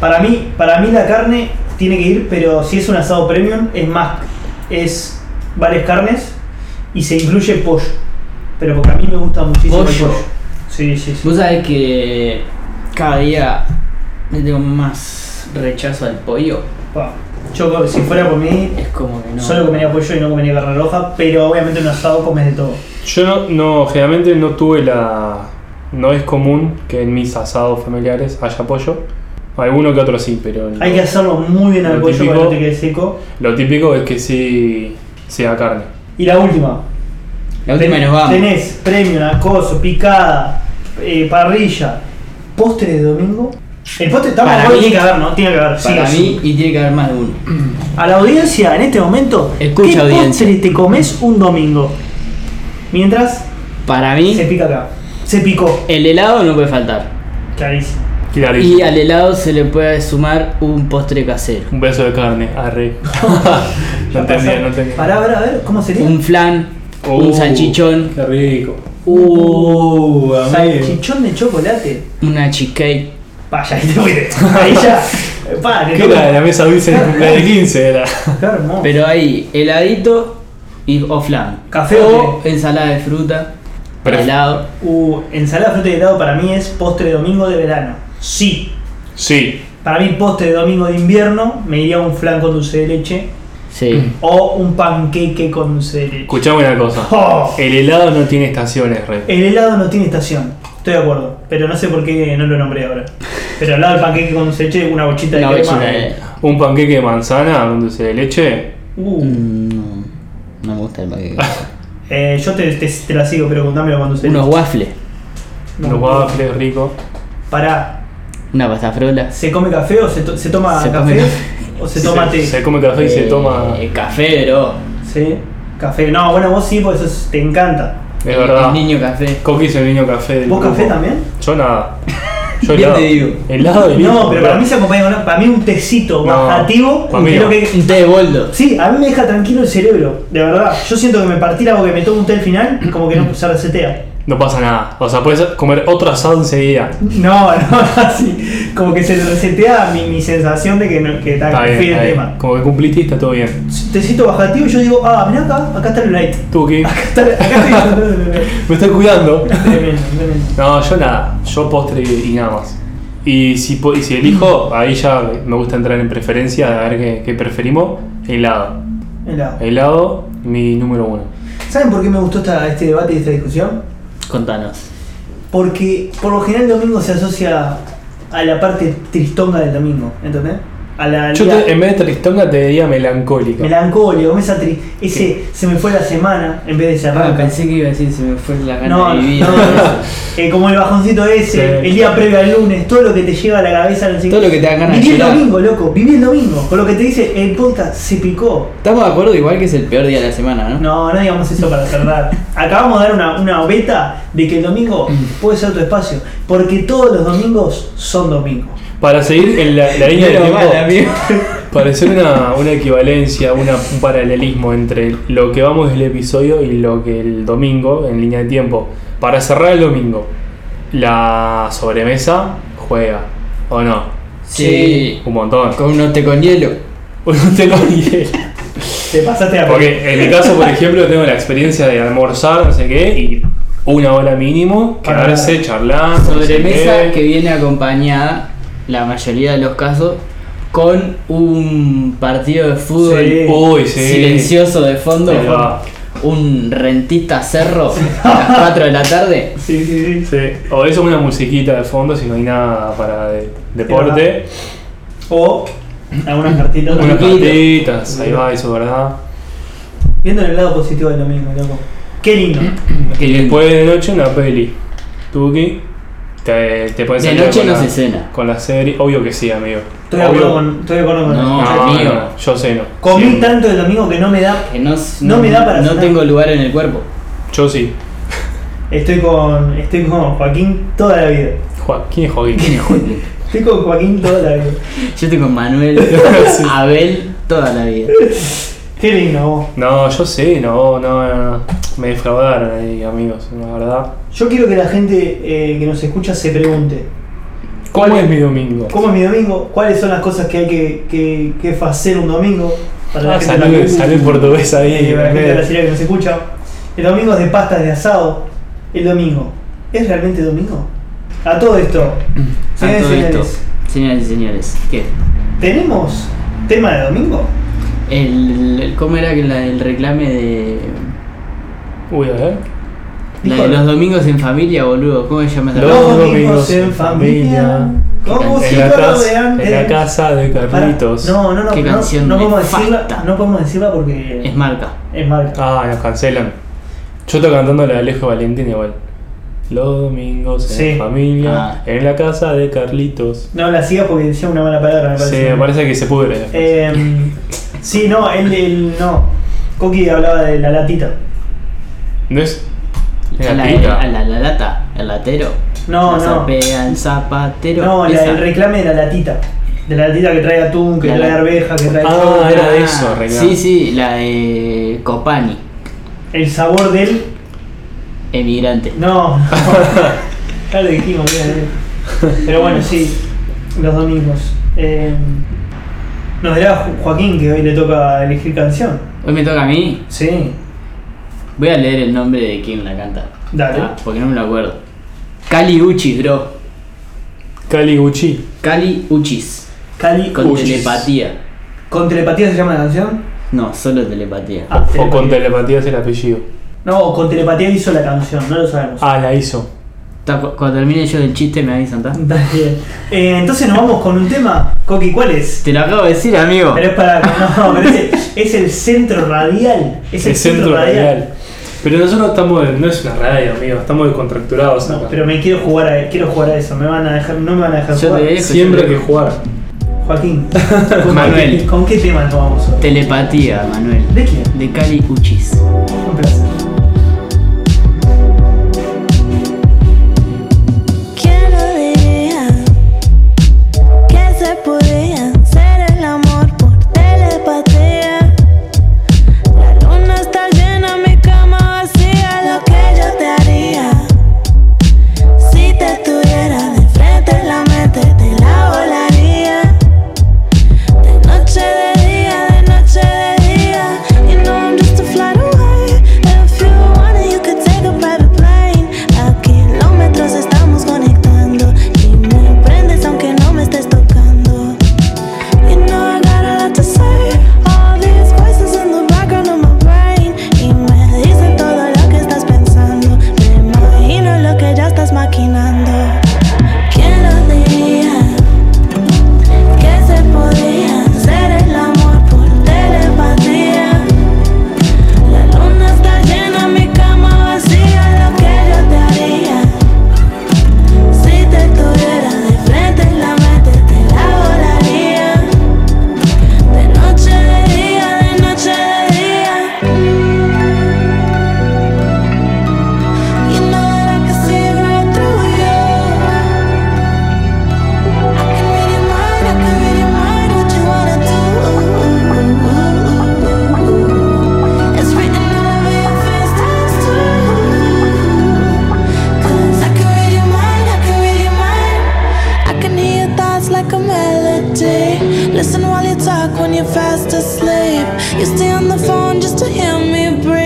A: Para mí, para mí la carne tiene que ir, pero si es un asado premium, es más, es varias carnes y se incluye pollo. pero porque a mí me gusta muchísimo el
D: Pollo.
A: pollo. Sí, sí, sí.
D: Vos sabés que cada día le tengo más rechazo al pollo.
A: Pa. Yo, si fuera por mí,
D: Es como que no.
A: solo comería pollo y no comería carne roja, pero obviamente en un asado comes de todo.
B: Yo no, no, generalmente no tuve la. No es común que en mis asados familiares haya pollo. Alguno que otro sí, pero.
A: Hay que hacerlo muy bien al
B: Lo
A: pollo para que no
B: típico.
A: te quede seco.
B: Lo típico es que sí sea carne.
A: Y la última.
D: La última y nos vamos.
A: Tenés premio, acoso, picada, eh, parrilla, postre de domingo. El postre está
D: Para
A: para
D: mí-
A: tiene que haber, ¿no? Tiene que haber. sí
D: Para
A: o sí.
D: mí, y tiene que haber más de
A: (clears throat)
D: uno.
A: A la audiencia en este momento,
D: Escucha,
A: ¿qué
D: audiencia.
A: postre te comes un domingo? Mientras
D: Para
A: se
D: mí,
A: pica acá. Se picó.
D: el helado no puede faltar.
A: Clarísimo.
B: Clarísimo.
D: Y al helado se le puede sumar un postre casero.
B: Un beso de carne,
A: (laughs)
B: arre. no entendía, no entendía.
A: Pará, pará, a ver, ¿cómo sería?
D: Un flan,
B: Uh,
D: un salchichón,
B: Qué rico.
A: Uh,
B: amigo.
A: salchichón de chocolate.
D: una cheesecake.
A: Vaya, ahí te
D: (laughs)
A: fuiste. Ahí ya. Pa, que
B: ¿Qué era de la
A: (laughs)
B: mesa dulce de
A: Claro.
B: cumpleaños de 15? Era.
A: Qué hermoso.
D: Pero hay heladito y, o flan.
A: Café o
D: o ensalada de fruta.
B: Pero-
D: helado.
A: Uh, ensalada, fruta y helado para mí es postre de domingo de verano. Sí.
B: Sí.
A: Para mí, postre de domingo de invierno, me iría un flan con dulce de leche
D: Sí.
A: o un panqueque con dulce de leche.
B: Escuchame una cosa.
A: Oh,
B: El helado no tiene estaciones, re.
A: el helado no tiene estación, estoy de acuerdo, pero no sé por qué no lo nombré ahora. Pero al lado del panqueque con dulce de leche, una bochita de
D: Una
A: crema.
D: bochita de-
B: Un panqueque de manzana, un dulce de leche.
A: Uh,
D: Mm, No, no me gusta el paquete.
A: eh, yo te, te- te la sigo, pero contámelo con dulce de
D: Unos
A: leche.
D: waffles,
B: Los waffles rico.
A: Pará,
D: una pasta frola.
A: ¿se come café o se, to- se toma
D: Se come
A: café?
D: café.
A: ¿O se toma té?
B: Se, se come café y se
D: Eh,
B: toma.
D: Café, bro.
A: Sí, café. No, bueno, vos sí, porque eso te encanta.
B: Es verdad.
D: El niño café.
B: Coqui es el niño café del
A: ¿Vos
B: grupo.
A: café también?
B: Yo nada. Yo
D: Bien
B: helado.
D: te digo.
B: Helado de
A: No, pero para mí se acompaña con para mí un tecito
B: No,
A: bajativo.
B: para mí
A: creo
B: no.
A: que-
D: Un té de boldo.
A: sí, a mí me deja tranquilo el cerebro, de verdad. Yo siento que me partí la boca y me tomo un té al final y como que no se resetea.
B: No pasa nada. O sea, puedes comer otro asado enseguida.
A: No, (laughs) no, así. Como que se resetea mi, mi sensación de que, no- que está,
B: Está bien.
A: fin
B: está
A: el
B: bien.
A: tema.
B: Como que cumpliste y está todo bien.
A: Tecito bajativo y yo digo, ah, mirá acá, acá está el light. (laughs)
B: Tú, ¿qué?
A: Acá está, acá está
B: (laughs) Me estoy
A: (laughs)
B: cuidando.
A: Tremendo, tremendo.
B: No, yo nada. Yo postre y nada más. Y si, po- y si elijo, ahí ya me gusta entrar en preferencia, a ver qué, qué preferimos. Helado.
A: Helado.
B: Eh. Helado, mi número uno.
A: ¿Saben por qué me gustó esta- este debate y esta discusión?
D: Contanos.
A: Porque por lo general el domingo se asocia a la parte tristonga del domingo, ¿entendés? A la
B: Yo
A: día
B: te- en vez de tristonga te diría melancólica.
A: melancólico, como esa tri- ese se me fue la semana en vez de se
D: Ah,
A: arranca.
D: pensé que iba a decir, se me fue la gana
A: no,
D: de
A: no,
D: vivir. (laughs)
A: no. Eh, como el bajoncito ese,
B: Sí.
A: el día previo al lunes, todo lo que te lleva a la cabeza, no sé
D: Todo
A: qué.
D: lo que te dan ganas de
A: Viví el
D: llorar.
A: domingo, loco, viví el domingo. Con lo que te dice el podcast se picó.
D: Estamos de acuerdo igual que es el peor día de la semana, ¿no?
A: No, no digamos eso para
D: (laughs)
A: cerrar. Acabamos de dar una, una beta de que el domingo
D: Mm.
A: puede ser tu espacio. Porque todos los domingos son domingos.
B: Para seguir en la, la línea del
D: Menos
B: tiempo,
D: mal, amigo.
B: para hacer una, una equivalencia, una- un paralelismo entre lo que vamos del episodio y lo que el domingo, en línea de tiempo. Para cerrar el domingo, la sobremesa juega, ¿o no?
D: Sí.
B: Un montón. (laughs)
D: Con un té con hielo.
B: Un telón y hielo.
A: Te pasaste la
B: Porque en mi caso, por ejemplo, tengo la experiencia de almorzar, no sé qué, y una hora mínimo, quedarse, charlar. no sé
D: Sobremesa
B: qué.
D: que viene acompañada, la mayoría de los casos, con un partido de fútbol
A: Sí.
B: Uy, sí.
D: silencioso de fondo.
B: Ahí va.
D: Un rentista cerro a las 4 de la tarde.
A: Sí, sí, sí.
B: Sí, o eso es una musiquita de fondo si no hay nada para de- deporte.
A: O algunas cartitas.
B: Unas
D: poquito.
B: cartitas, ahí va, eso verdad.
A: Viendo el lado positivo del domingo, loco. Qué lindo.
B: Y después de noche una peli. Tuki, te, te puedes
D: De
B: salir
D: noche
B: con
D: no
B: la-
D: se cena.
B: Con la serie, obvio que sí, amigo.
A: Estoy de
B: Obvio-
A: acuerdo con. Estoy de acuerdo con
D: No.
B: No,
D: amigo.
B: no, no, yo ceno.
A: Comí
B: Siempre.
A: tanto el domingo que no me da.
D: Que no,
A: No me da para
D: No
A: cenar.
D: tengo lugar en el cuerpo.
B: Yo sí.
A: Estoy con. Estoy con Joaquín toda la vida.
B: Joaquín es Joaquín.
A: Estoy con Joaquín toda la vida.
D: (laughs) Yo estoy con
B: (laughs)
D: Manuel, Abel, toda la vida.
A: Qué lindo vos.
B: No, yo sí, no, no, no, no. Me defraudaron ahí, amigos, la verdad.
A: Yo quiero que la gente eh, que nos escucha se pregunte.
B: ¿Cómo es mi domingo?
A: ¿Cómo es mi domingo? ¿Cuáles son las cosas que hay que, que, que hacer un domingo? Para la
B: Ah,
A: gente de la
B: salud, salud portuguesa ahí.
A: Eh, para la gente de
B: eh.
A: la serie que nos escucha. El domingo es de pastas de asado. El domingo. ¿Es realmente domingo? A todo
B: (clears throat)
A: esto.
D: A
A: Señores,
D: todo esto,
A: señores,
D: señoras y señores, ¿qué?
A: ¿tenemos tema de domingo?
D: El, el- ¿Cómo era que la del reclame de.
B: Uy, a ver.
D: La de
A: Dijo-
D: los domingos en familia, boludo? ¿Cómo se llama esa
B: Los
D: canción?
A: Los domingos
B: domingos
A: en
B: en
A: familia.
B: familia.
A: Como
D: Sí,
A: si
B: En la,
A: no lo
B: casa,
A: vean
B: en la
A: de-
B: casa de
A: Pará,
B: Carlitos.
A: No, no, no,
D: Qué
A: no,
D: canción
A: no podemos
D: nefasta.
A: decirla, no podemos decirla porque
D: Es marca.
A: es marca.
B: Ah, nos cancelan. Yo estoy cantando la de Alejo Valentín igual. Los domingos en
A: Sí.
B: familia,
D: Ah.
B: en la casa de Carlitos.
A: No la sigas porque decía una mala palabra, me
B: Sí,
A: parece.
B: me parece que se pudre. después.
A: Em, sí, no, él, él no. Coqui hablaba de la latita.
B: ¿No es?
D: A la,
B: latita.
D: a la- la lata, el latero.
A: No,
D: la
A: no.
D: zapea, el zapatero.
A: No, la,
D: esa.
A: el reclame de la latita. De la latita que trae atún, que
D: La
A: trae
D: la-
A: arveja, que trae
B: Ah,
A: todo.
B: era de eso,
D: Ah,
B: reclame.
D: Sí, sí, la de Copani,
A: El sabor del.
D: emigrante. (laughs)
A: No. ya lo dijimos, mira, mira. Pero bueno, sí. Los domingos. Em, nos dirá Jo- Joaquín que hoy le toca elegir canción.
D: Hoy me toca a mí.
A: Sí.
D: Voy a leer el nombre de quien la canta.
A: Dale.
D: Ah, porque no me lo acuerdo. Cali Uchis, bro.
B: Cali Gucci.
D: Cali Uchis.
A: Cali
D: Con
A: Uchis.
D: telepatía.
A: ¿Con telepatía se llama la canción?
D: No, solo telepatía.
A: Ah,
B: O con
A: telepatía.
B: telepatía es el apellido.
A: No, con telepatía hizo la canción, no lo sabemos. (laughs)
B: Ah, la hizo.
D: Ta- cu- Cuando termine yo del chiste me avisan, ¿tá?
A: Dale. Eh, entonces nos vamos con un tema. Coqui, ¿cuál es?
D: Te lo acabo de decir, amigo.
A: Pero es para. No, pero es, es el centro radial. Es el,
B: el centro radial. Pero nosotros estamos, en- no es una radio, amigo, estamos descontracturados
A: No,
B: acá.
A: pero me quiero jugar a, quiero jugar a eso. Me van a dejar, no me van a dejar
D: Yo te
A: jugar.
D: dejo,
B: Siempre hay
D: yo te
B: que
D: dejo.
B: jugar.
A: Joaquín,
D: Manuel.
A: ¿con qué tema nos vamos? hoy?
D: Telepatía, Manuel.
A: ¿De quién?
D: De Cali Uchis.
A: Un placer.
E: ¿Quién lo diría? Que se podía hacer el amor por telepatía. La luna está llena, mi cama vacía. Lo que yo te haría si te tuviera de frente en la mente, te la volaría. De noche de día, de noche de día. You know I'm just a flight away. If you wanted, you could take a private plane. A kilómetros estamos conectando. Y me prendes aunque no me estés tocando. You know I got a lot to say. All these voices in the background of my brain. Y me dicen todo lo que estás pensando. Me imagino lo que ya estás maquinando. ¿Quién lo diría? Que se podía hacer el amor por telepatía. La luna está llena, mi cama vacía. Lo que yo te haría si te tuviera de frente en la mente, te la volaría. De noche de día, de noche de día. You know that I can see right through you. I can read your mind, I can read your mind, what you wanna do It's written all over your face times two Cause I can read your mind, I can read your mind I can hear your thoughts like a melody Listen while you talk when you're fast asleep You stay on the phone just to hear me breathe